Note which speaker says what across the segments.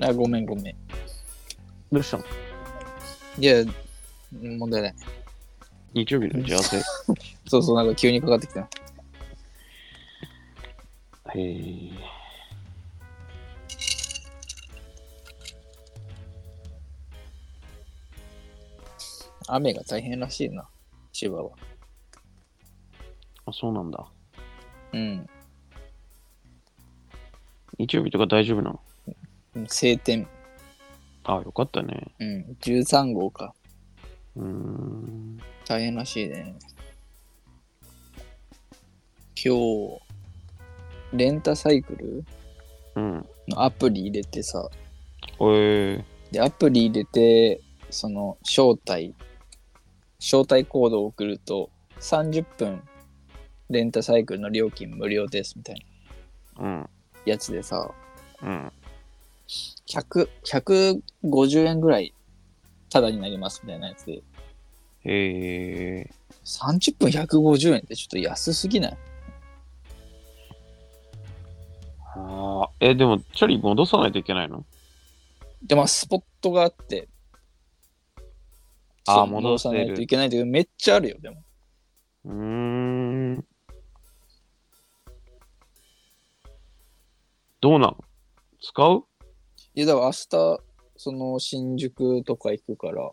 Speaker 1: あ、ごめんごめん。
Speaker 2: どうしたの
Speaker 1: いや、問題ない。
Speaker 2: 日曜日の打ち合わせ。へ
Speaker 1: そうそう、なんか急にかかってきた。
Speaker 2: え。
Speaker 1: 雨が大変らしいな、千葉は。
Speaker 2: あ、そうなんだ。
Speaker 1: うん。
Speaker 2: 日曜日とか大丈夫なの
Speaker 1: 晴天。
Speaker 2: あ、よかったね。
Speaker 1: うん。13号か。
Speaker 2: うーん。
Speaker 1: 大変らしいね。今日、レンタサイクル
Speaker 2: うん。
Speaker 1: のアプリ入れてさ、
Speaker 2: えー、
Speaker 1: で、アプリ入れて、その、招待、招待コードを送ると、30分、レンタサイクルの料金無料です、みたいな
Speaker 2: うん。
Speaker 1: やつでさ、
Speaker 2: うん。
Speaker 1: 100、150円ぐらい、タダになります、みたいなやつで、
Speaker 2: へえ。
Speaker 1: 30分150円ってちょっと安すぎない
Speaker 2: ああ。え、でも、チャリ戻さないといけないの
Speaker 1: で、まあ、スポットがあって、
Speaker 2: あー
Speaker 1: そう
Speaker 2: 戻せる
Speaker 1: ないといけないんだけど、めっちゃあるよ、でも。
Speaker 2: うーん。どうなの使う、
Speaker 1: いや、だから明日、その、新宿とか行くから、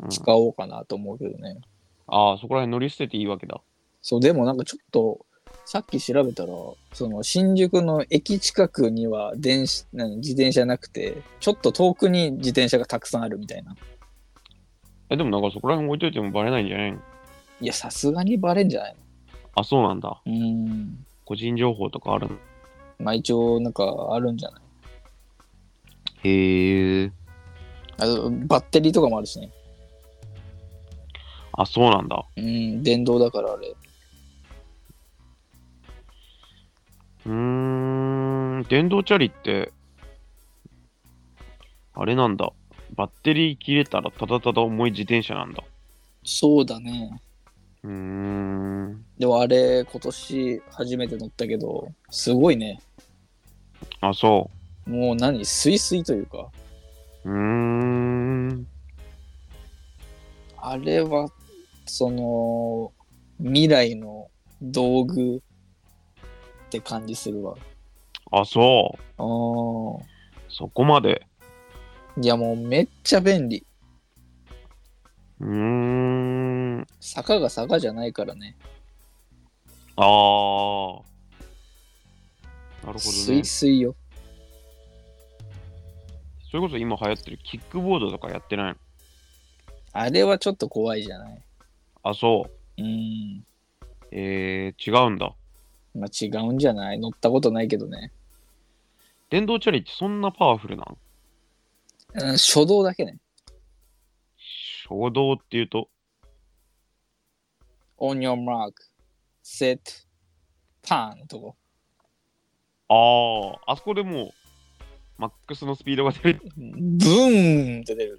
Speaker 2: うん、
Speaker 1: 使おうかなと思うけどね。
Speaker 2: ああ、そこら辺乗り捨てていいわけだ。
Speaker 1: そう、でもなんかちょっと、さっき調べたら、その、新宿の駅近くには電子、何、自転車なくて、ちょっと遠くに自転車がたくさんあるみたいな。
Speaker 2: え、でもなんかそこら辺置いといてもバレないんじゃないの
Speaker 1: いや、さすがにバレんじゃない
Speaker 2: あ、そうなんだ。
Speaker 1: のうん。
Speaker 2: 個人情報とかあるの
Speaker 1: まあ、一応、なんか、あるんじゃない
Speaker 2: へえ。
Speaker 1: あとバッテリーとかもあるしね。
Speaker 2: あ、そうなんだ。
Speaker 1: うん、電動だからあれ。
Speaker 2: うーん、電動チャリって、あれなんだ。バッテリー切れたらただただ重い自転車なんだ。
Speaker 1: そうだね。
Speaker 2: うーん。
Speaker 1: でもあれ、今年初めて乗ったけど、すごいね。
Speaker 2: あ、そ
Speaker 1: もう何、スイスイというか、
Speaker 2: う。うーん。
Speaker 1: あれは、その、未来の道具って感じするわ。
Speaker 2: あ、そ
Speaker 1: あ
Speaker 2: う。
Speaker 1: ー
Speaker 2: そこまで。
Speaker 1: いやもうめっちゃ便利。
Speaker 2: うーん。
Speaker 1: 坂が坂じゃないからね。
Speaker 2: あー。なるほど
Speaker 1: ス
Speaker 2: ね
Speaker 1: イ。スイよ。
Speaker 2: それこそ今流行ってるキックボードとかやってないの
Speaker 1: あれはちょっと怖いじゃない。
Speaker 2: あ、そう。
Speaker 1: うん。
Speaker 2: えー、違うんだ。
Speaker 1: まあ違うんじゃない乗ったことないけどね。
Speaker 2: 電動チャリってそんなパワフルなん
Speaker 1: うん、初動だけね。
Speaker 2: 衝動っていうと、
Speaker 1: on your mark, set, turn とこ。
Speaker 2: あー、あそこでもう、マックスのスピードが出る。
Speaker 1: ブーンって出る。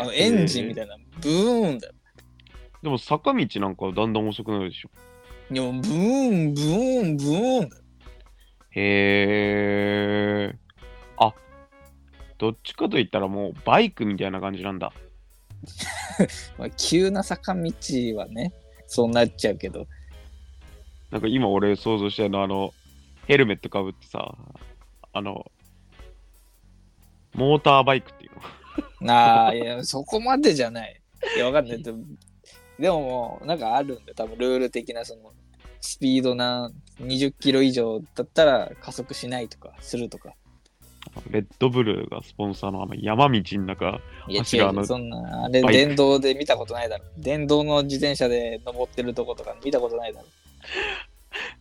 Speaker 1: あのエンジンみたいな、ブーンだよ。
Speaker 2: でも坂道なんかだんだん遅くなるでしょ。
Speaker 1: でもブーン、ブーン、ブーンだよ。
Speaker 2: へー。あ、どっちかと言ったらもうバイクみたいな感じなんだ。
Speaker 1: まあ、急な坂道はね、そうなっちゃうけど。
Speaker 2: なんか今俺想像したのはあの、ヘルメットかぶってさ、あの、モーターバイクっていう の。
Speaker 1: ああ、いや、そこまでじゃない。いや、わかんない。でも、でももうなんかあるんだよ。多分ルール的な、その、スピードな20キロ以上だったら加速しないとか、するとか。
Speaker 2: レッドブルがスポンサーのあの山道の中、
Speaker 1: いや違
Speaker 2: 柱
Speaker 1: う
Speaker 2: の
Speaker 1: よそんなあれ
Speaker 2: バイク
Speaker 1: 電動で見たことないだろ電動の自転車で登ってるとことか見たことないだろ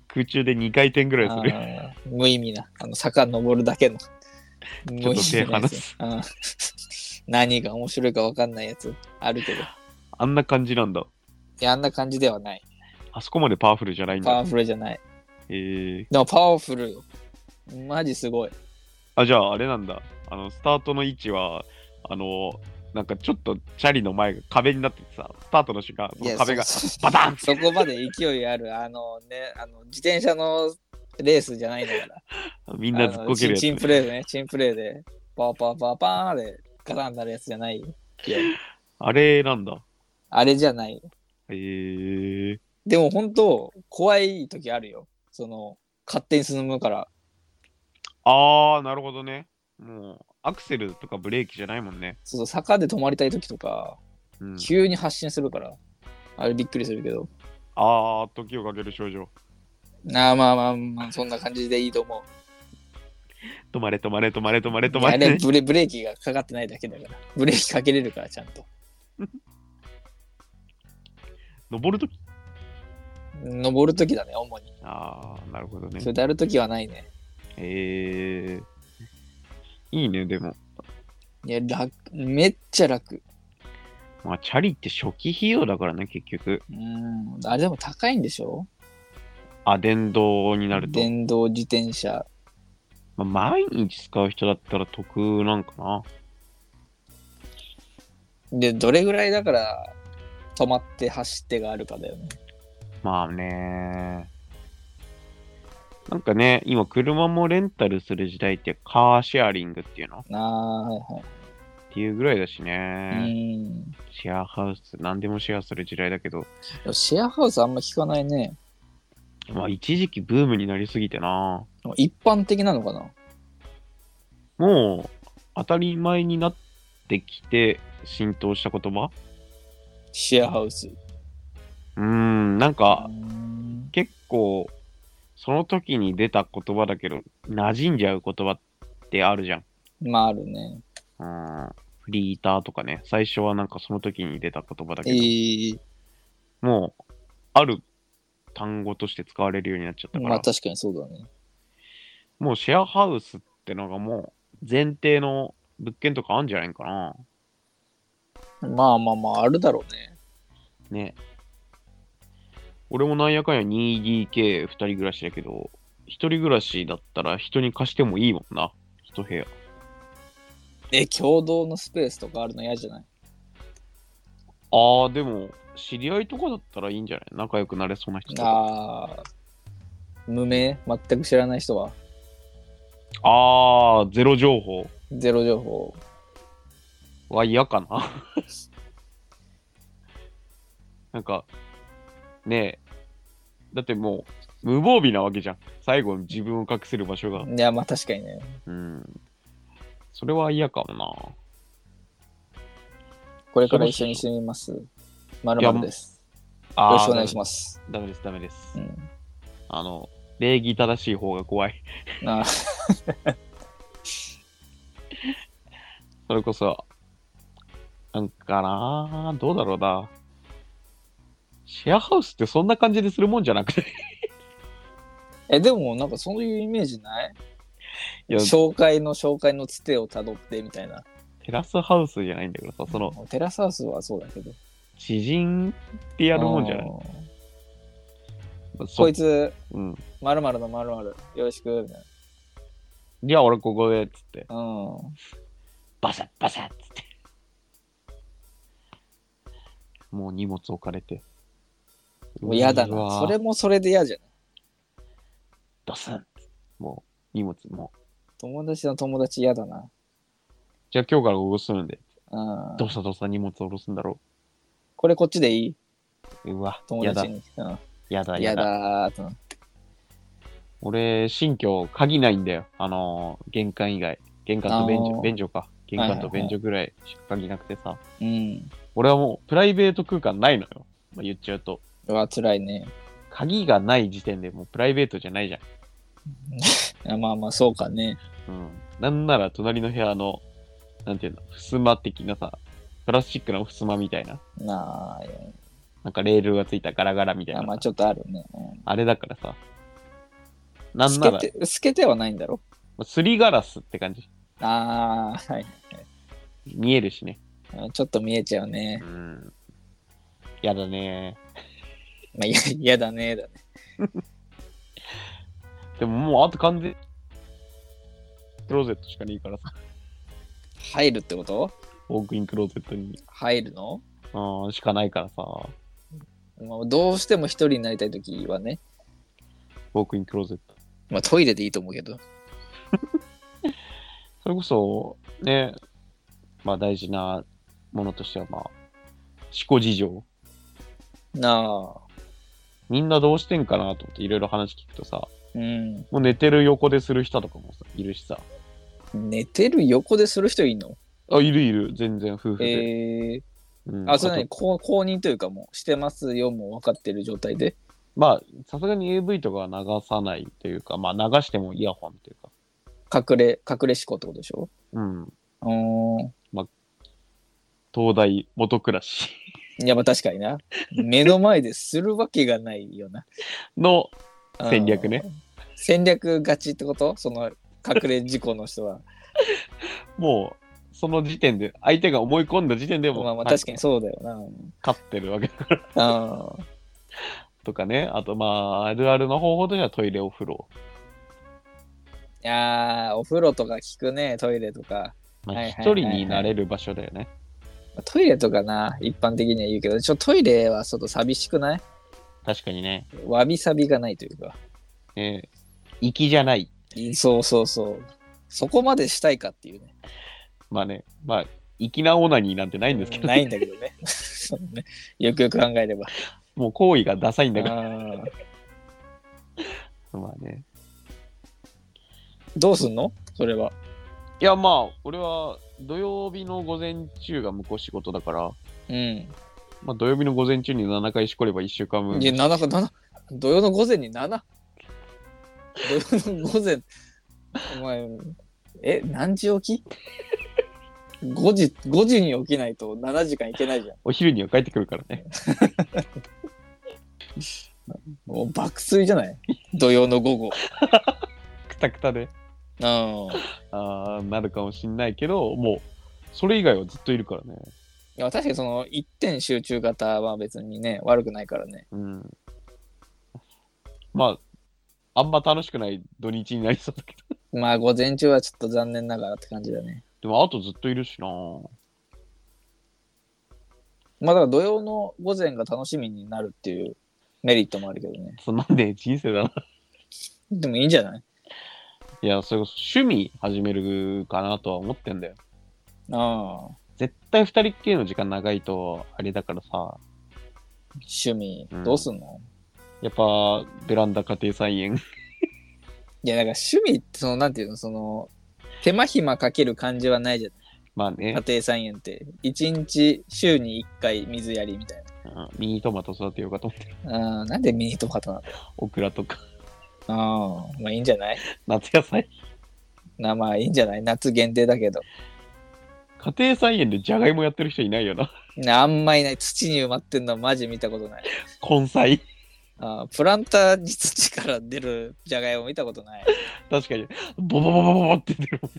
Speaker 2: 空中で2回転ぐらいする。
Speaker 1: あー無意味なあの坂登るだ けの無
Speaker 2: ちょっと手離す
Speaker 1: 無意味なやつうん 何が面白いか分かんないやつあるけどい
Speaker 2: あんな感じなんだ。
Speaker 1: やあんな感じではない
Speaker 2: あそこまでパワフルじゃないん
Speaker 1: パ
Speaker 2: だ
Speaker 1: ワ。フルじゃない
Speaker 2: へー。
Speaker 1: でもパワフルよマジすごい
Speaker 2: あ、じゃああれなんだ。あの、スタートの位置は、あの、なんかちょっとチャリの前が壁になっててさ、スタートの瞬間、
Speaker 1: いや
Speaker 2: 壁が
Speaker 1: そ
Speaker 2: バタン
Speaker 1: そこまで勢いあるあのねあの自転車のレースじゃないんだから
Speaker 2: みんなずっこ
Speaker 1: あ
Speaker 2: けるや
Speaker 1: のチンチン
Speaker 2: つ。
Speaker 1: プレーでね、チンプレーで、パーパーパーパーでガタンなるやつじゃないよ。
Speaker 2: あれなんだ。
Speaker 1: あれじゃない。
Speaker 2: へえ。
Speaker 1: でも本当怖い時あるよ。その、勝手に進むから。
Speaker 2: あー、なるほどね。もう、アクセルとかブレーキじゃないもんね。
Speaker 1: そうそう、坂で止まりたい時とか、
Speaker 2: うん、
Speaker 1: 急に発進するから、あれびっくりするけど。
Speaker 2: あー、時をかける少女。
Speaker 1: ああ、まあまあまあ、そんな感じでいいと思う。
Speaker 2: 止まれ、止まれ、止まれ、止まれ、止ま
Speaker 1: あれ
Speaker 2: れ。
Speaker 1: ブレ、ブレーキがかかってないだけだから。ブレーキかけれるから、ちゃんと。
Speaker 2: 登るとき。
Speaker 1: 登るときだね、主に。
Speaker 2: あー、なるほどね。
Speaker 1: 下るときはないね。
Speaker 2: へえ。いいね、でも。
Speaker 1: いや、楽、めっちゃ楽。
Speaker 2: まあ、チャリって初期費用だからね、結局。
Speaker 1: うん。あれでも高いんでしょ
Speaker 2: あ、電動になると。
Speaker 1: 電動自転車。
Speaker 2: まあ、毎日使う人だったら得なんかな。
Speaker 1: で、どれぐらいだから、止まって走ってがあるかだよね。
Speaker 2: まあね。なんかね、今車もレンタルする時代ってカーシェアリングっていうのっ
Speaker 1: ああ、はい
Speaker 2: ていうぐらいだし
Speaker 1: は
Speaker 2: ね。
Speaker 1: い。うん。
Speaker 2: シェアハウス、何でもシェアする時代だけど、
Speaker 1: でもシェアハウスあんま聞かないね。
Speaker 2: まあ一時期ブームになりすぎてな。
Speaker 1: 一般的なのかな
Speaker 2: もう当たり前になってきて浸透した言葉
Speaker 1: シェアハウス。
Speaker 2: うーん、なんか
Speaker 1: うん
Speaker 2: 結構その時に出た言葉だけど、馴染んじゃう言葉ってあるじゃん。
Speaker 1: まああるね。
Speaker 2: うんフリーターとかね、最初はなんかその時に出た言葉だけ
Speaker 1: え
Speaker 2: ど、
Speaker 1: ー、
Speaker 2: もう、ある単語として使われるようになっちゃったから、
Speaker 1: まあ確かにそうだね。
Speaker 2: もうシェアハウスってのがもう前提の物件とかあるんじゃないかな。
Speaker 1: まあまあまあ、あるだろうね。
Speaker 2: ね。俺もなんやかんや 2DK2 人暮らしだけど、1人暮らしだったら人に貸してもいいもんな、1部屋。
Speaker 1: え、共同のスペースとかあるの嫌じゃない
Speaker 2: あー、でも、知り合いとかだったらいいんじゃない仲良くなれそうな人とか。
Speaker 1: ああ。無名全く知らない人は。
Speaker 2: あー、ゼロ情報
Speaker 1: ゼロ情報。
Speaker 2: は嫌かな。 なんか、ねえ、だってもう、無防備なわけじゃん。最後に自分を隠せる場所が。
Speaker 1: いや、まあ確かにね。
Speaker 2: うん。それは嫌かも
Speaker 1: これから一緒にしてみます。まる
Speaker 2: いや
Speaker 1: ま
Speaker 2: も
Speaker 1: る
Speaker 2: う
Speaker 1: です。
Speaker 2: な。
Speaker 1: よろしくお願いし
Speaker 2: ま
Speaker 1: ます。
Speaker 2: す。ダメです、ダメです。
Speaker 1: うん。
Speaker 2: あの、礼儀正しい方が怖い。
Speaker 1: ああ、
Speaker 2: それこそ、なんかなどうだろうな。シェアハウスってそんな感じでするもんじゃなくて。
Speaker 1: え、でもなんかそういうイメージない
Speaker 2: いや、
Speaker 1: 紹介の紹介のつてをたどってみたいな。
Speaker 2: テラスハウスじゃないんだけどさ、その、
Speaker 1: テラスハウスはそうだけど。
Speaker 2: 知人ってやるもんじゃな
Speaker 1: あ
Speaker 2: い
Speaker 1: ー
Speaker 2: そ
Speaker 1: こいつ、
Speaker 2: うん。
Speaker 1: まるまるのまるまるよろしく、みたい
Speaker 2: じゃあ俺ここで、つって。
Speaker 1: な。うん。
Speaker 2: バサッバサッつって。もう荷物置かれて。
Speaker 1: もう嫌だ
Speaker 2: う
Speaker 1: な。
Speaker 2: わ
Speaker 1: それもそれで嫌じゃない
Speaker 2: ドスンもう荷物もう。
Speaker 1: 友達の友達嫌だな。
Speaker 2: じゃあ今日から下ろすんで。
Speaker 1: うん。
Speaker 2: どうしたどうした荷物下ろすんだろ。
Speaker 1: これこっちでいいう
Speaker 2: うわ、
Speaker 1: 友
Speaker 2: やだ
Speaker 1: 達、に。うん
Speaker 2: やだ、や
Speaker 1: 嫌
Speaker 2: だ。
Speaker 1: だーと。
Speaker 2: 俺、新居、鍵ないんだよ。あのー玄関以外。玄関と便
Speaker 1: あ
Speaker 2: 所、
Speaker 1: ー
Speaker 2: 便所か。玄関と
Speaker 1: はいはいは
Speaker 2: 便
Speaker 1: い
Speaker 2: 所ぐらいしか鍵なくてさ。
Speaker 1: うん。
Speaker 2: 俺はもうプライベート空間ないのよ。まあ、言っちゃうと。
Speaker 1: うわ、辛いね。
Speaker 2: 鍵がない時点でもうプライベートじゃないじゃん。
Speaker 1: いやまあまあ、そうかね。
Speaker 2: うん。なんなら隣の部屋の、なんていうの、襖的なさ、プラスチックの襖みたいな、
Speaker 1: なあい
Speaker 2: なんかレールがついたガラガラみたい
Speaker 1: や、
Speaker 2: な、
Speaker 1: まあ
Speaker 2: あ
Speaker 1: ちょっとあるね。うん
Speaker 2: れだからさ、なん
Speaker 1: 透
Speaker 2: な
Speaker 1: け
Speaker 2: ら、
Speaker 1: て、透けてはないんだろ
Speaker 2: すりガラスって感じ。
Speaker 1: ああ、はい。
Speaker 2: 見えるしね。
Speaker 1: ちょっと見えちゃうね
Speaker 2: う。ん。やだね。
Speaker 1: まあ、いや嫌だね、だね。
Speaker 2: でももうあと完全、クローゼットしかねえからさ、
Speaker 1: 入るってこと
Speaker 2: ウォークインクローゼットに、
Speaker 1: 入るの、
Speaker 2: うん、しかないからさ、
Speaker 1: まあ、どうしても一人になりたいときはね。
Speaker 2: ウォークインクローゼット。
Speaker 1: まあ、トイレでいいと思うけど。
Speaker 2: それこそ、ね、まあ大事なものとしては、まあ、思考事情。
Speaker 1: なあ。
Speaker 2: みんなどうしてんかなと思っていろいろ話聞くとさ、
Speaker 1: うん。
Speaker 2: もう寝てる横でする人とかもさ、いるしさ。
Speaker 1: 寝てる横でする人いんの
Speaker 2: あ、いるいる、全然夫婦で。
Speaker 1: ええ
Speaker 2: うん
Speaker 1: あ、それ
Speaker 2: あと
Speaker 1: ね、公公認というかもう、してますよもう分かってる状態で。
Speaker 2: まあ、さすがに AV とかは流さないというか、まあ流してもイヤホンというか。
Speaker 1: 隠れ、隠れ思考ってことでしょ
Speaker 2: うん。
Speaker 1: うーん。
Speaker 2: 東大元暮らし
Speaker 1: やっぱ確かにな。目の前でするわけがないよな。
Speaker 2: の
Speaker 1: うん
Speaker 2: 戦略ね。
Speaker 1: 戦略勝ちってことその隠れ事故の人 は。
Speaker 2: もう、その時点で、相手が思い込んだ時点でも、
Speaker 1: まあまあ
Speaker 2: はい
Speaker 1: 確かにそうだよな。うん
Speaker 2: 勝ってるわけだから。
Speaker 1: あ
Speaker 2: とかね。あと、まあ、あるあるの方法としてはトイレ、お風呂。
Speaker 1: ーいやーお風呂とか聞くね、トイレとか。
Speaker 2: ま
Speaker 1: は
Speaker 2: あ、
Speaker 1: いはいは
Speaker 2: 一
Speaker 1: いは
Speaker 2: 人
Speaker 1: い
Speaker 2: になれる場所だよね。
Speaker 1: トイレとかな、一般的には言うけど、ちょトイレはちょっと寂しくない
Speaker 2: 確かにね。
Speaker 1: わびさびがないというか。
Speaker 2: えー、粋じゃない。
Speaker 1: そうそうそう。そこまでしたいかっていうね。
Speaker 2: まあね、まあ、粋なオナニーなんてないんですけど、
Speaker 1: ないんだけどね。 そうねよくよく考えれば。
Speaker 2: もう行為がダサいんだか
Speaker 1: あー
Speaker 2: ら。まあね。
Speaker 1: どうすんのそれは。
Speaker 2: いや、まあ、俺は土曜日の午前中が向こう仕事だから、
Speaker 1: うん。
Speaker 2: まあ、土曜日の午前中に7回しこれば1週間分
Speaker 1: い。や、7か、7。土曜の午前に7。土曜の午前。お前、え、何時起き ?5 時、5時に起きないと7時間いけないじゃん。
Speaker 2: お昼には帰ってくるからね。
Speaker 1: もう爆睡じゃない土曜の午後。
Speaker 2: くたくたで、
Speaker 1: うん。
Speaker 2: あーなるかもしんないけど、もう、それ以外はずっといるからね。
Speaker 1: いや、確かにその一点集中型は別にね、悪くないからね。
Speaker 2: うん。まあ、あんま楽しくない土日になりそうだけど。
Speaker 1: まあ、午前中はちょっと残念ながらって感じだね。
Speaker 2: でも、あとずっといるしな
Speaker 1: まあ、だから土曜の午前が楽しみになるっていうメリットもあるけどね。
Speaker 2: つまんねえ人生だな。
Speaker 1: でもいいんじゃない
Speaker 2: いや、それこそ趣味始めるかなとは思ってんだよ。
Speaker 1: ああ、
Speaker 2: 絶対二人っきりの時間長いと、あれだからさ、
Speaker 1: 趣味
Speaker 2: うん、
Speaker 1: どうすんの、
Speaker 2: やっぱベランダ家庭菜園。
Speaker 1: いや、だから趣味って、その、なんていうの、その、手間暇かける感じはないじゃん。
Speaker 2: まあ
Speaker 1: 家
Speaker 2: ね、
Speaker 1: 庭菜園って。一日、週に1回水やりみたい
Speaker 2: うんミニトマト育てようかと思って、
Speaker 1: な。ああ、なんでミニトマトなの
Speaker 2: オクラとか、
Speaker 1: ああ、まあいいんじゃない
Speaker 2: 夏野菜。
Speaker 1: なまあいいんじゃない夏限定だけど。
Speaker 2: 家庭菜園でジャガイモやってる人いないよな。
Speaker 1: なあんまいない。土に埋まってんのマジ見たことない。
Speaker 2: 根菜。
Speaker 1: あープランターに土から出るじゃがいも見たことない。
Speaker 2: 確かに、ボボボボボボって出るもん。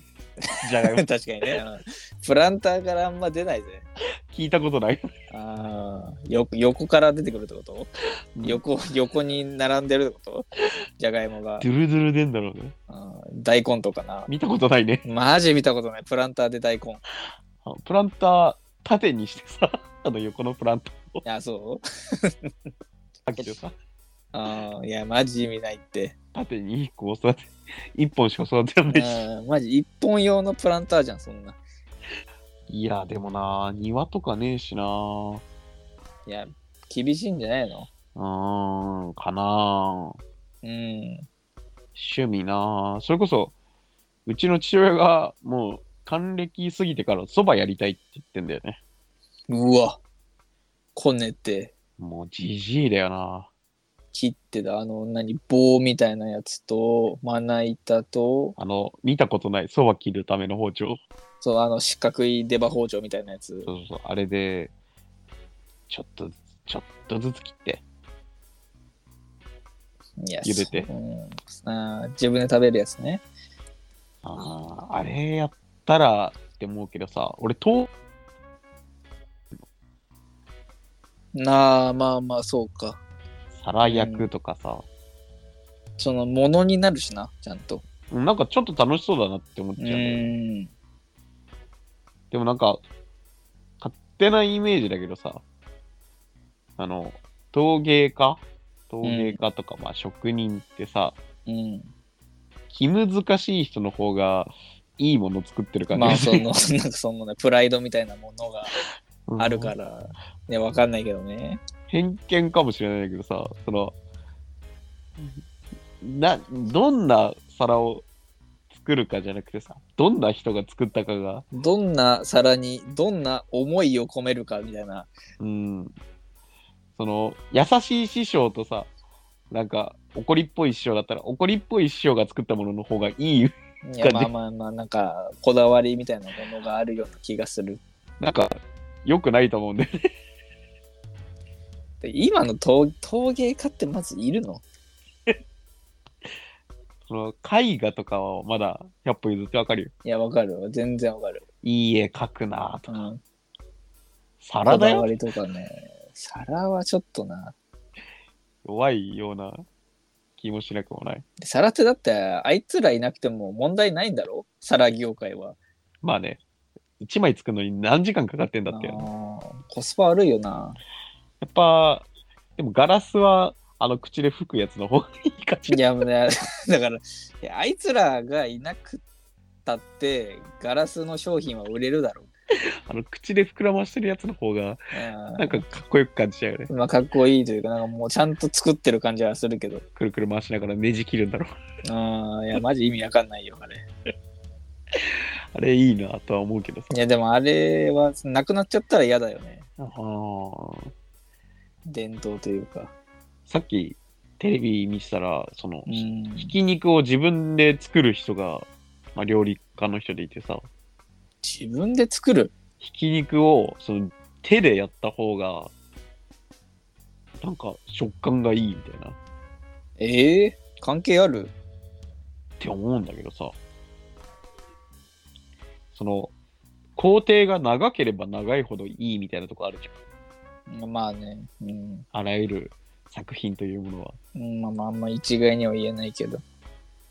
Speaker 2: ジャガイ
Speaker 1: 確
Speaker 2: モ
Speaker 1: かにね。うんプランターからあんま出ないぜ。
Speaker 2: 聞いたことない。
Speaker 1: あーよ横から出てくるってこと横横に並んでるって ことじゃがいもが
Speaker 2: ド。ゥルドゥル出んだろうね。
Speaker 1: あー大根とかな。
Speaker 2: 見たことないね。
Speaker 1: マジ見たことない。プランターで大根。
Speaker 2: あ プランター縦にしてさ、 あの横のプランターを
Speaker 1: あ、そう
Speaker 2: 開けてさ、
Speaker 1: あーいや、マジ意味ないって。
Speaker 2: 縦に1個育て、1本しか育てらんないし。
Speaker 1: あーマジ一本用のプランターじゃん、そんな。
Speaker 2: いや、でもな、庭とかねえしな。う
Speaker 1: いや、厳しいんじゃないの
Speaker 2: ーん、かな。
Speaker 1: うん。
Speaker 2: 趣味な。それこそ、うちの父親がもう還暦過ぎてからそばやりたいって言ってんだよね。
Speaker 1: うわ。こねて。
Speaker 2: もうじじいだよな。
Speaker 1: 切ってたあの何棒みたいなやつとまな板と
Speaker 2: あの、見たことないそば切るための包丁。
Speaker 1: そうあの四角い出刃包丁みたいなやつ
Speaker 2: そうそうそう、あれで、ちょっと、ちょっとずつ切って。
Speaker 1: いや
Speaker 2: 茹でて
Speaker 1: そううん、あー自分で食べるやつね
Speaker 2: ああ、あれやったらって思うけどさ、俺、と
Speaker 1: なあまあまあそうか
Speaker 2: 皿焼くとかさ、
Speaker 1: そのものになるしなちゃんと
Speaker 2: なんかちょっと楽しそうだなって思っ
Speaker 1: う
Speaker 2: ちゃうんだよね。
Speaker 1: ん
Speaker 2: でもなんか、勝手なイメージだけどさ、あの、陶芸家陶芸家とか、まあ職人ってさ、
Speaker 1: うん
Speaker 2: 気難しい人の方がいいもの作ってる感じ
Speaker 1: まあ
Speaker 2: が
Speaker 1: そ
Speaker 2: す
Speaker 1: の
Speaker 2: る。
Speaker 1: なんかそのねプライドみたいなものが
Speaker 2: うん
Speaker 1: あるからねわかんないけどね
Speaker 2: 偏見かもしれないけどさそのなどんな皿を作るかじゃなくてさどんな人が作ったかが、
Speaker 1: どんな皿にどんな思いを込めるかみたいな
Speaker 2: うん、その優しい師匠とさなんか怒りっぽい師匠だったら怒りっぽい師匠が作ったものの方がいい
Speaker 1: いや
Speaker 2: 感
Speaker 1: ま
Speaker 2: じ
Speaker 1: あまあまあなんかこだわりみたいなものがあるような気がする
Speaker 2: なんか良くないと思うんで
Speaker 1: で今の陶陶芸家ってまずいるの
Speaker 2: その絵画とかはまだ100歩譲ってわかるよ
Speaker 1: いやわかるわ全然わかる、
Speaker 2: いい絵描くなと
Speaker 1: う
Speaker 2: か
Speaker 1: ん、
Speaker 2: 皿だ
Speaker 1: こだわ
Speaker 2: よ
Speaker 1: りとかね皿はちょっとな
Speaker 2: 弱いような気もしなくもない
Speaker 1: 皿ってだってあいつらいなくても問題ないんだろ皿業界は
Speaker 2: まあね、1枚作るのに何時間かかってんだって。
Speaker 1: あ
Speaker 2: や
Speaker 1: ーコスパ悪いよな
Speaker 2: っぱ、でもガラスは、あの口で吹くやつの方が いいかしら。
Speaker 1: いやもうね だからいやあいつらがいなくったってガラスの商品は売れるだろう、
Speaker 2: あの口で膨らましてるやつの方が、
Speaker 1: うん
Speaker 2: なんかかっこよく感じちゃうよね。
Speaker 1: まあかっこいいというかなんかもうちゃんと作ってる感じはするけど
Speaker 2: くるくる回しながらねじ切るんだろう。
Speaker 1: うんいやマジ意味わかんないよあれ
Speaker 2: あれいいなとは思うけどさ。
Speaker 1: いやでもあれはなくなっちゃったら嫌だよね
Speaker 2: あー
Speaker 1: 伝統というか
Speaker 2: さっきテレビ見てたら、その、
Speaker 1: うん
Speaker 2: ひき肉を自分で作る人が、まあ、料理家の人でいてさ、
Speaker 1: 自分で作る
Speaker 2: ひき肉をその手でやった方が、なんか食感がいいみたいな。
Speaker 1: ええ関係ある
Speaker 2: って思うんだけどさその工程が長ければ長いほどいいみたいなとこあるじゃん
Speaker 1: まあねうん
Speaker 2: あらゆる作品というものは
Speaker 1: うん、まあまああんま一概には言えないけど。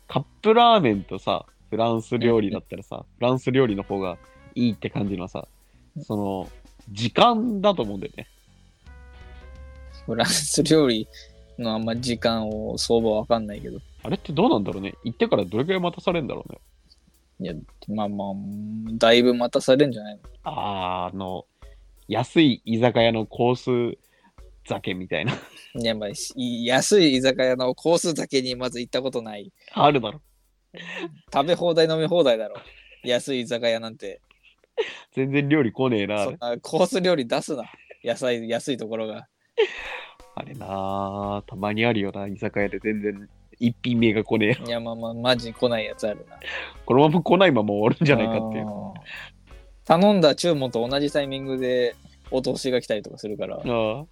Speaker 2: カップラーメンとさフランス料理だったらさフランス料理の方がいいって感じのはさその時間だと思うんだよね
Speaker 1: フランス料理のあんま時間を相場わかんないけど。
Speaker 2: あれってどうなんだろうね行ってからどれくらい待たされるんだろうね
Speaker 1: まあまあ、だいぶ待たされるんじゃないの
Speaker 2: あーあの安い居酒屋のコース酒みたいな
Speaker 1: いやまあ、い安い居酒屋のコース酒にまず行ったことない。
Speaker 2: あるだろ
Speaker 1: 食べ放題飲み放題だろ。安い居酒屋なんて。
Speaker 2: 全然料理来ねえなあ
Speaker 1: そ
Speaker 2: れ
Speaker 1: んなコース料理出すな。野菜、安いところが。
Speaker 2: あれなあたまにあるよな、居酒屋で全然一品目が来ねえ。
Speaker 1: いやまあまあ、マジ来ないやつあるな。
Speaker 2: このまま来ないまま終わるんじゃないかっていう。
Speaker 1: あー頼んだ注文と同じタイミングでお通しが来たりとかするから。
Speaker 2: ああ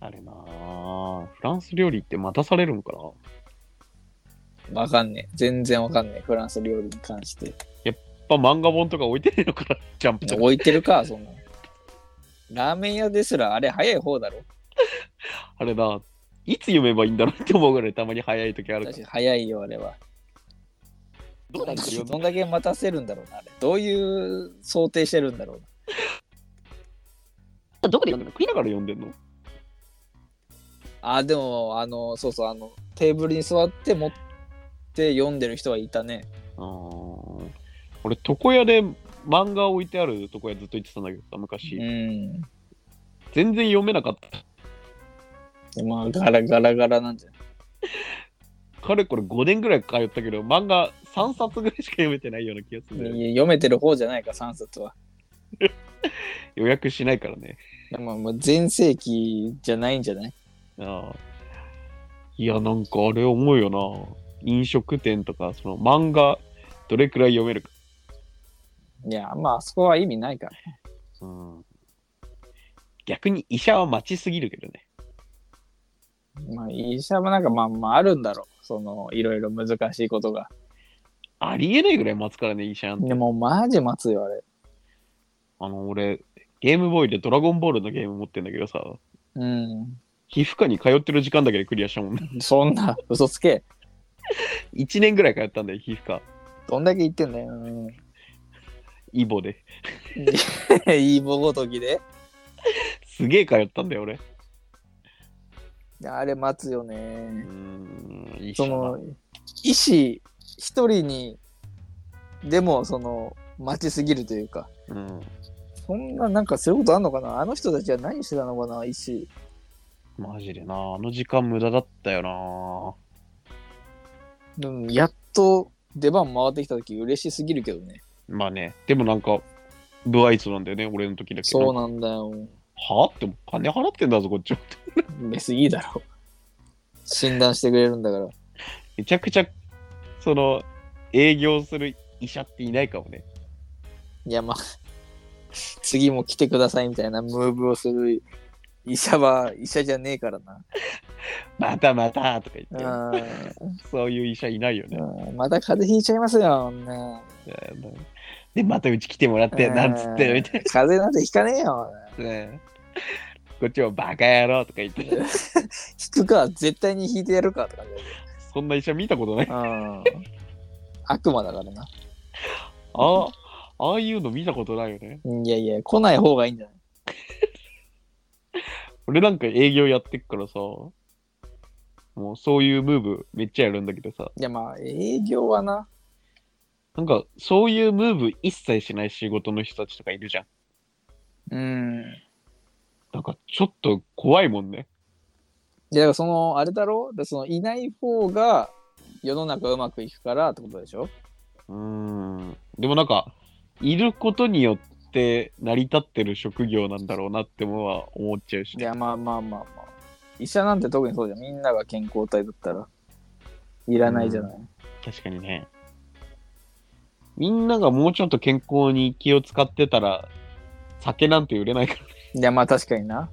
Speaker 2: あれなあフランス料理って待たされるんかな
Speaker 1: わかんねえ。全然わかんねえ。フランス料理に関して。
Speaker 2: やっぱ漫画本とか置いてねえのかな ジャンプとか。
Speaker 1: 置いてるか、そんなの。ラーメン屋ですら、あれ早い方だろ。
Speaker 2: あれな、いつ読めばいいんだろうって思うぐらいたまに早い時あるか
Speaker 1: 確
Speaker 2: ら
Speaker 1: かに早いよ、あれは。
Speaker 2: どうなんだろう
Speaker 1: どんだけ待たせるんだろうな、あれ。どういう想定してるんだろうな。
Speaker 2: どこで読んでるの食いながら読んでんの
Speaker 1: あ、でも、あの、そうそう、あの、テーブルに座って持って読んでる人はいたね。
Speaker 2: ああ俺、床屋で漫画置いてある床屋ずっと行ってたんだけどさ、昔。
Speaker 1: うん。
Speaker 2: 全然読めなかった。
Speaker 1: まあ、ガラガラガラなんじゃない
Speaker 2: かれこれ5年ぐらい通ったけど、漫画3冊ぐらいしか読めてないような気がするんだよね、
Speaker 1: いや読めてる方じゃないか、3冊は。
Speaker 2: 予約しないからね。
Speaker 1: まあ、もう全盛期じゃないんじゃない
Speaker 2: ああいや、なんかあれ思うよな。飲食店とか、その漫画、どれくらい読めるか。
Speaker 1: いや、まあ、あそこは意味ないから。
Speaker 2: うん、逆に医者は待ちすぎるけどね。
Speaker 1: まあ、医者もなんか、まあ、まあ、あるんだろう。その、いろいろ難しいことが。
Speaker 2: ありえないぐらい待つからね、医者なんて。
Speaker 1: でも、マジ待つよ、あれ。
Speaker 2: あの、俺、ゲームボーイでドラゴンボールのゲーム持ってんだけどさ、
Speaker 1: うん。
Speaker 2: 皮膚科に通ってる時間だけでクリアしたもんね。
Speaker 1: そんな、嘘つけ。
Speaker 2: 1年ぐらい通ったんだよ、皮膚科。
Speaker 1: どんだけ言ってんだよ。うん
Speaker 2: イボで。
Speaker 1: いい棒ごときで。
Speaker 2: すげえ通ったんだよ、俺。
Speaker 1: あれ、待つよ
Speaker 2: う
Speaker 1: ね。
Speaker 2: ん、医者
Speaker 1: そ
Speaker 2: だ
Speaker 1: の、医師一人にでも、その、待ちすぎるというか、
Speaker 2: うん。
Speaker 1: そんな、なんかそういうことあんのかなあの人たちは何してたのかな石。
Speaker 2: マジでな、あの時間無駄だったよ
Speaker 1: うん、やっと出番回ってきた時嬉しすぎるけどね。
Speaker 2: な。まあね、でもなんか、不愛想なんだよね、俺の時だけ。
Speaker 1: そう
Speaker 2: な
Speaker 1: なんだよ。
Speaker 2: はあって、金払ってんだぞ、こっちは。
Speaker 1: 目すぎだろ。診断してくれるんだから。
Speaker 2: めちゃくちゃ、その、営業する医者っていないかもね。
Speaker 1: いや、まあ、次も来てくださいみたいなムーブをする医者は医者じゃねえからな。
Speaker 2: またまたとか言って、
Speaker 1: あ
Speaker 2: そういう医者いないよね。
Speaker 1: また風邪ひいちゃいますよ、ね、
Speaker 2: で、またうち来てもらって、
Speaker 1: うん
Speaker 2: なんつって、みたい
Speaker 1: 風邪なんてひかねえよ。
Speaker 2: な。こっちはバカ野郎とか 言って、
Speaker 1: ひくか、絶対にひいてやるかとかね。
Speaker 2: そんな医者見たことない。
Speaker 1: うん。悪魔だからな。
Speaker 2: ああ、ああいうの見たことないよね。
Speaker 1: いやいや、来ない方がいいんじゃない
Speaker 2: 俺なんか営業やってっからさ、もうそういうムーブめっちゃやるんだけどさ、
Speaker 1: いや、まあ、営業はな。
Speaker 2: なんかそういうムーブ一切しない仕事の人たちとかいるじゃん。
Speaker 1: うん。
Speaker 2: なんかちょっと怖いもんね。
Speaker 1: いや、だからその、あれだろだからそのいない方が世の中うまくいくからってことでしょ
Speaker 2: うーん。でもなんか、いることによって成り立ってる職業なんだろうなってものは思っちゃうし
Speaker 1: い
Speaker 2: ね。
Speaker 1: や、まあまあまあまあ。医者なんて特にそうじゃん。みんなが健康体だったら、いらないじゃない。
Speaker 2: 確かにね。みんながもうちょっと健康に気を使ってたら、酒なんて売れないから、
Speaker 1: いや、まあ確かにな。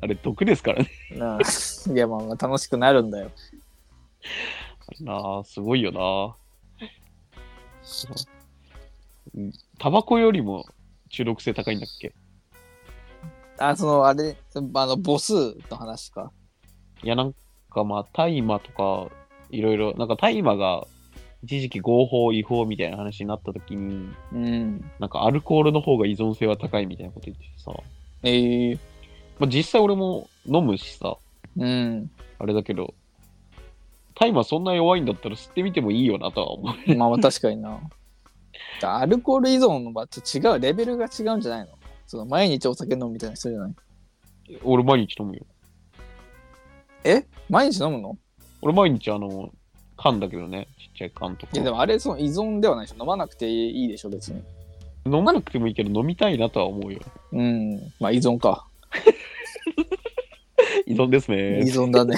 Speaker 2: あれ毒ですからね。
Speaker 1: なあいや、まあまあ楽しくなるんだよ。
Speaker 2: なあ、すごいよな。うんタバコよりも中毒性高いんだっけ
Speaker 1: あ、その、あれ、あの、母数の話か。
Speaker 2: いや、なんかまあ、大麻とか、いろいろ、なんか大麻が一時期合法、違法みたいな話になった時に、
Speaker 1: うん。
Speaker 2: なんかアルコールの方が依存性は高いみたいなこと言っててさ、
Speaker 1: ええ
Speaker 2: まあ、実際俺も飲むしさ、
Speaker 1: うん。
Speaker 2: あれだけど、大麻そんな弱いんだったら吸ってみてもいいよなとは思う。
Speaker 1: まあまあ確かにな。だ アルコール依存の場と違う、レベルが違うんじゃないのその毎日お酒飲むみたいな人じゃない
Speaker 2: 俺毎日飲むよ。
Speaker 1: え毎日飲むの
Speaker 2: 俺毎日あの、缶だけどね、ちっちゃい缶とか。
Speaker 1: いやでもあれその依存ではないでしょ飲まなくていいでしょ別に
Speaker 2: 飲まなくてもいいけど飲みたいなとは思うよ。
Speaker 1: うんまあ依存か
Speaker 2: 依存です
Speaker 1: 依
Speaker 2: ね。
Speaker 1: 存だね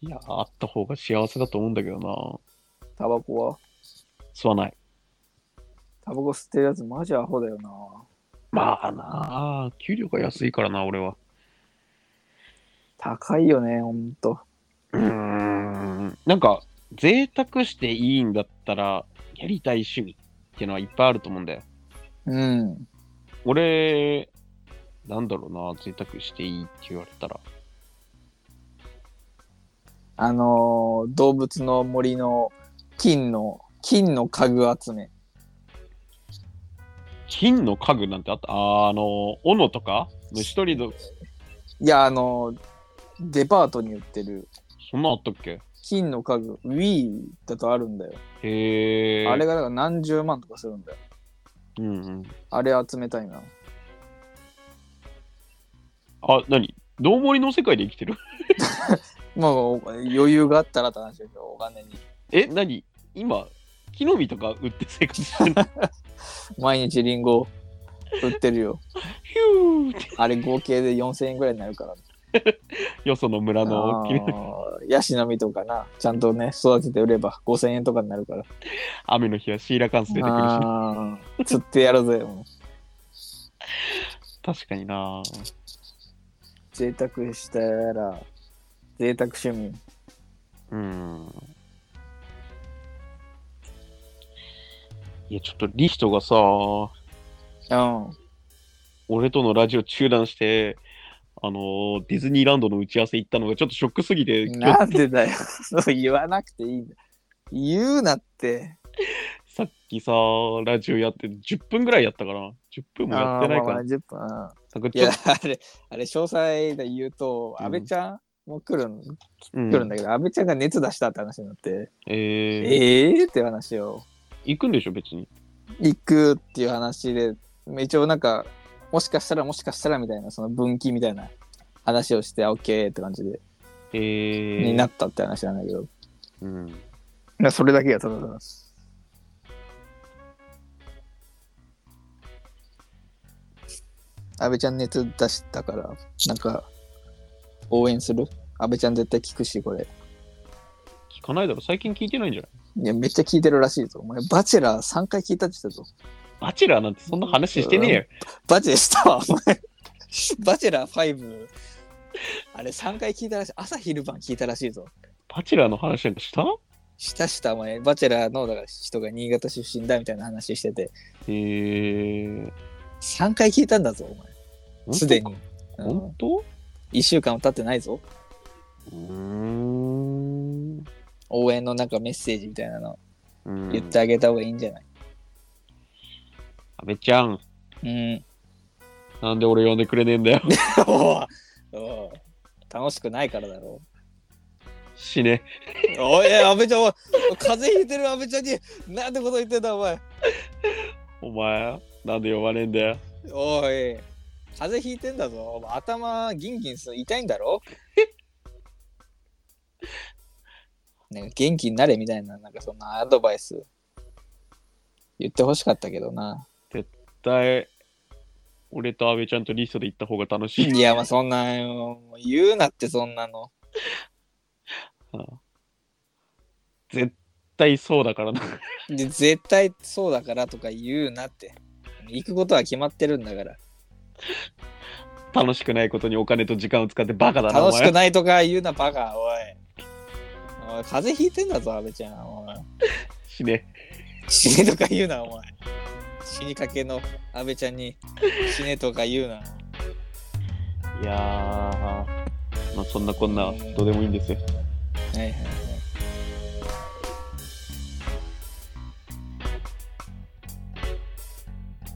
Speaker 2: いや、あった方が幸せだと思うんだけどな。
Speaker 1: タバコは
Speaker 2: 吸わない。
Speaker 1: タバコ吸ってるやつマジアホだよな
Speaker 2: まあなあ、給料が安いからな、俺は。
Speaker 1: 高いよねほんと
Speaker 2: うーん。なんか、贅沢していいんだったら、やりたい趣味っていうのはいっぱいあると思うんだよ。
Speaker 1: うん
Speaker 2: 俺、なんだろうな、贅沢していいって言われたら。
Speaker 1: あのー動物の森の金の金の家具集め
Speaker 2: 金の家具なんてあったあーあの、斧とか虫取りの、
Speaker 1: いやあのーデパートに売ってる
Speaker 2: そんなんあったっけ
Speaker 1: 金の家具 Wii だとあるんだよ
Speaker 2: へえ。
Speaker 1: あれがだから何十万とかするんだよ
Speaker 2: うんうん。
Speaker 1: あれ集めたいな
Speaker 2: あ、なにどうもりの世界で生きてる
Speaker 1: まあお余裕があったらって話だけどお金に
Speaker 2: え、なに今、木の実とか売って生活してるの ヒ
Speaker 1: 毎日リンゴ売ってるよ。
Speaker 2: ューって、
Speaker 1: あれ合計で4000円ぐらいになるから。
Speaker 2: よその村の木の実
Speaker 1: あ ーヤシの実とかな、ちゃんとね、育てて売れば5000円とかになるから。
Speaker 2: 雨の日はシーラカンス出てくるし、
Speaker 1: あー釣ってやろうぜ。もう
Speaker 2: 確かにな
Speaker 1: 贅沢したら、贅沢趣味。
Speaker 2: うん。いや、ちょっとリヒトがさ、
Speaker 1: うん。
Speaker 2: 俺とのラジオ中断して、あのーディズニーランドの打ち合わせ行ったのがちょっとショックすぎて、今日
Speaker 1: なんでだよ。 そう言わなくていいんだ。言うなって。
Speaker 2: さっきさ、ラジオやって10分ぐらいやったから、10分もやってない
Speaker 1: あーまあ
Speaker 2: か
Speaker 1: ま
Speaker 2: ら
Speaker 1: あ、10分。うん
Speaker 2: なんか
Speaker 1: い
Speaker 2: ちょ
Speaker 1: や
Speaker 2: っと、
Speaker 1: あれ、あれ、詳細で言うと、
Speaker 2: うん
Speaker 1: 安倍ちゃんもう来るん
Speaker 2: うん
Speaker 1: 来るんだけど、安倍ちゃんが熱出したって話になって、
Speaker 2: えー、
Speaker 1: ええー、って話を、
Speaker 2: 行くんでしょ、別に。
Speaker 1: 行くっていう話で、一応なんか、もしかしたらもしかしたらみたいな、その分岐みたいな話をして、あオッケーって感じで、
Speaker 2: えー、
Speaker 1: になったって話なんだけど、
Speaker 2: うん。
Speaker 1: なそれだけがただただ。安倍ちゃん熱出したから、なんか、応援する安倍ちゃん絶対聞くし、これ。
Speaker 2: 聞かないだろ、最近聞いてないんじゃない
Speaker 1: いや、めっちゃ聞いてるらしいぞ。お前、バチェラー3回聞いたって言ってたぞ。
Speaker 2: バチェラーなんてそんな話してねえよ。
Speaker 1: バチェしたわ、お前。バチェラー5。あれ、3回聞いたらしい。朝昼晩聞いたらしいぞ。
Speaker 2: バチェラーの話なんかした
Speaker 1: したした、お前。バチェラーのだから人が新潟出身だみたいな話してて。
Speaker 2: えー、
Speaker 1: 3回聞いたんだぞ、お前。すでに。うん
Speaker 2: 本当
Speaker 1: 1週間も経ってないぞ。
Speaker 2: うーん。
Speaker 1: 応援のなんかメッセージみたいなの
Speaker 2: うん
Speaker 1: 言ってあげた方がいいんじゃない
Speaker 2: 安倍ちゃん、
Speaker 1: うん。
Speaker 2: なんで俺呼んでくれねえんだよ。
Speaker 1: おうおう楽しくないからだろう。
Speaker 2: 死ね。
Speaker 1: おい、安倍ちゃん、おい風邪ひいてる安倍ちゃんに、なんてこと言ってんだ、お前。
Speaker 2: お前、なんで呼ばねえんだよ。
Speaker 1: おい、風邪ひいてんだぞ。お前頭ギンギンする痛いんだ ろなんか元気になれみたいな、なんかそんなアドバイス言ってほしかったけどな。
Speaker 2: 絶対、俺と安倍ちゃんとリストで行った方が楽しい。
Speaker 1: いや、まあそんな、もう言うなってそんなの。
Speaker 2: うん絶対そうだからな。
Speaker 1: で、絶対そうだからとか言うなって。行くことは決まってるんだから。
Speaker 2: 楽しくないことにお金と時間を使ってバカだな、お
Speaker 1: 楽しく
Speaker 2: 前。
Speaker 1: ないとか言うな、バカ、おい。おい、風邪ひいてんだぞ、安倍ちゃん。おい
Speaker 2: 死ね。
Speaker 1: 死ねとか言うな、お前。死にかけの安倍ちゃんに死ねとか言うな。
Speaker 2: いやー、まあ、そんなこんな、どうでもいいんですよ。
Speaker 1: はいはい。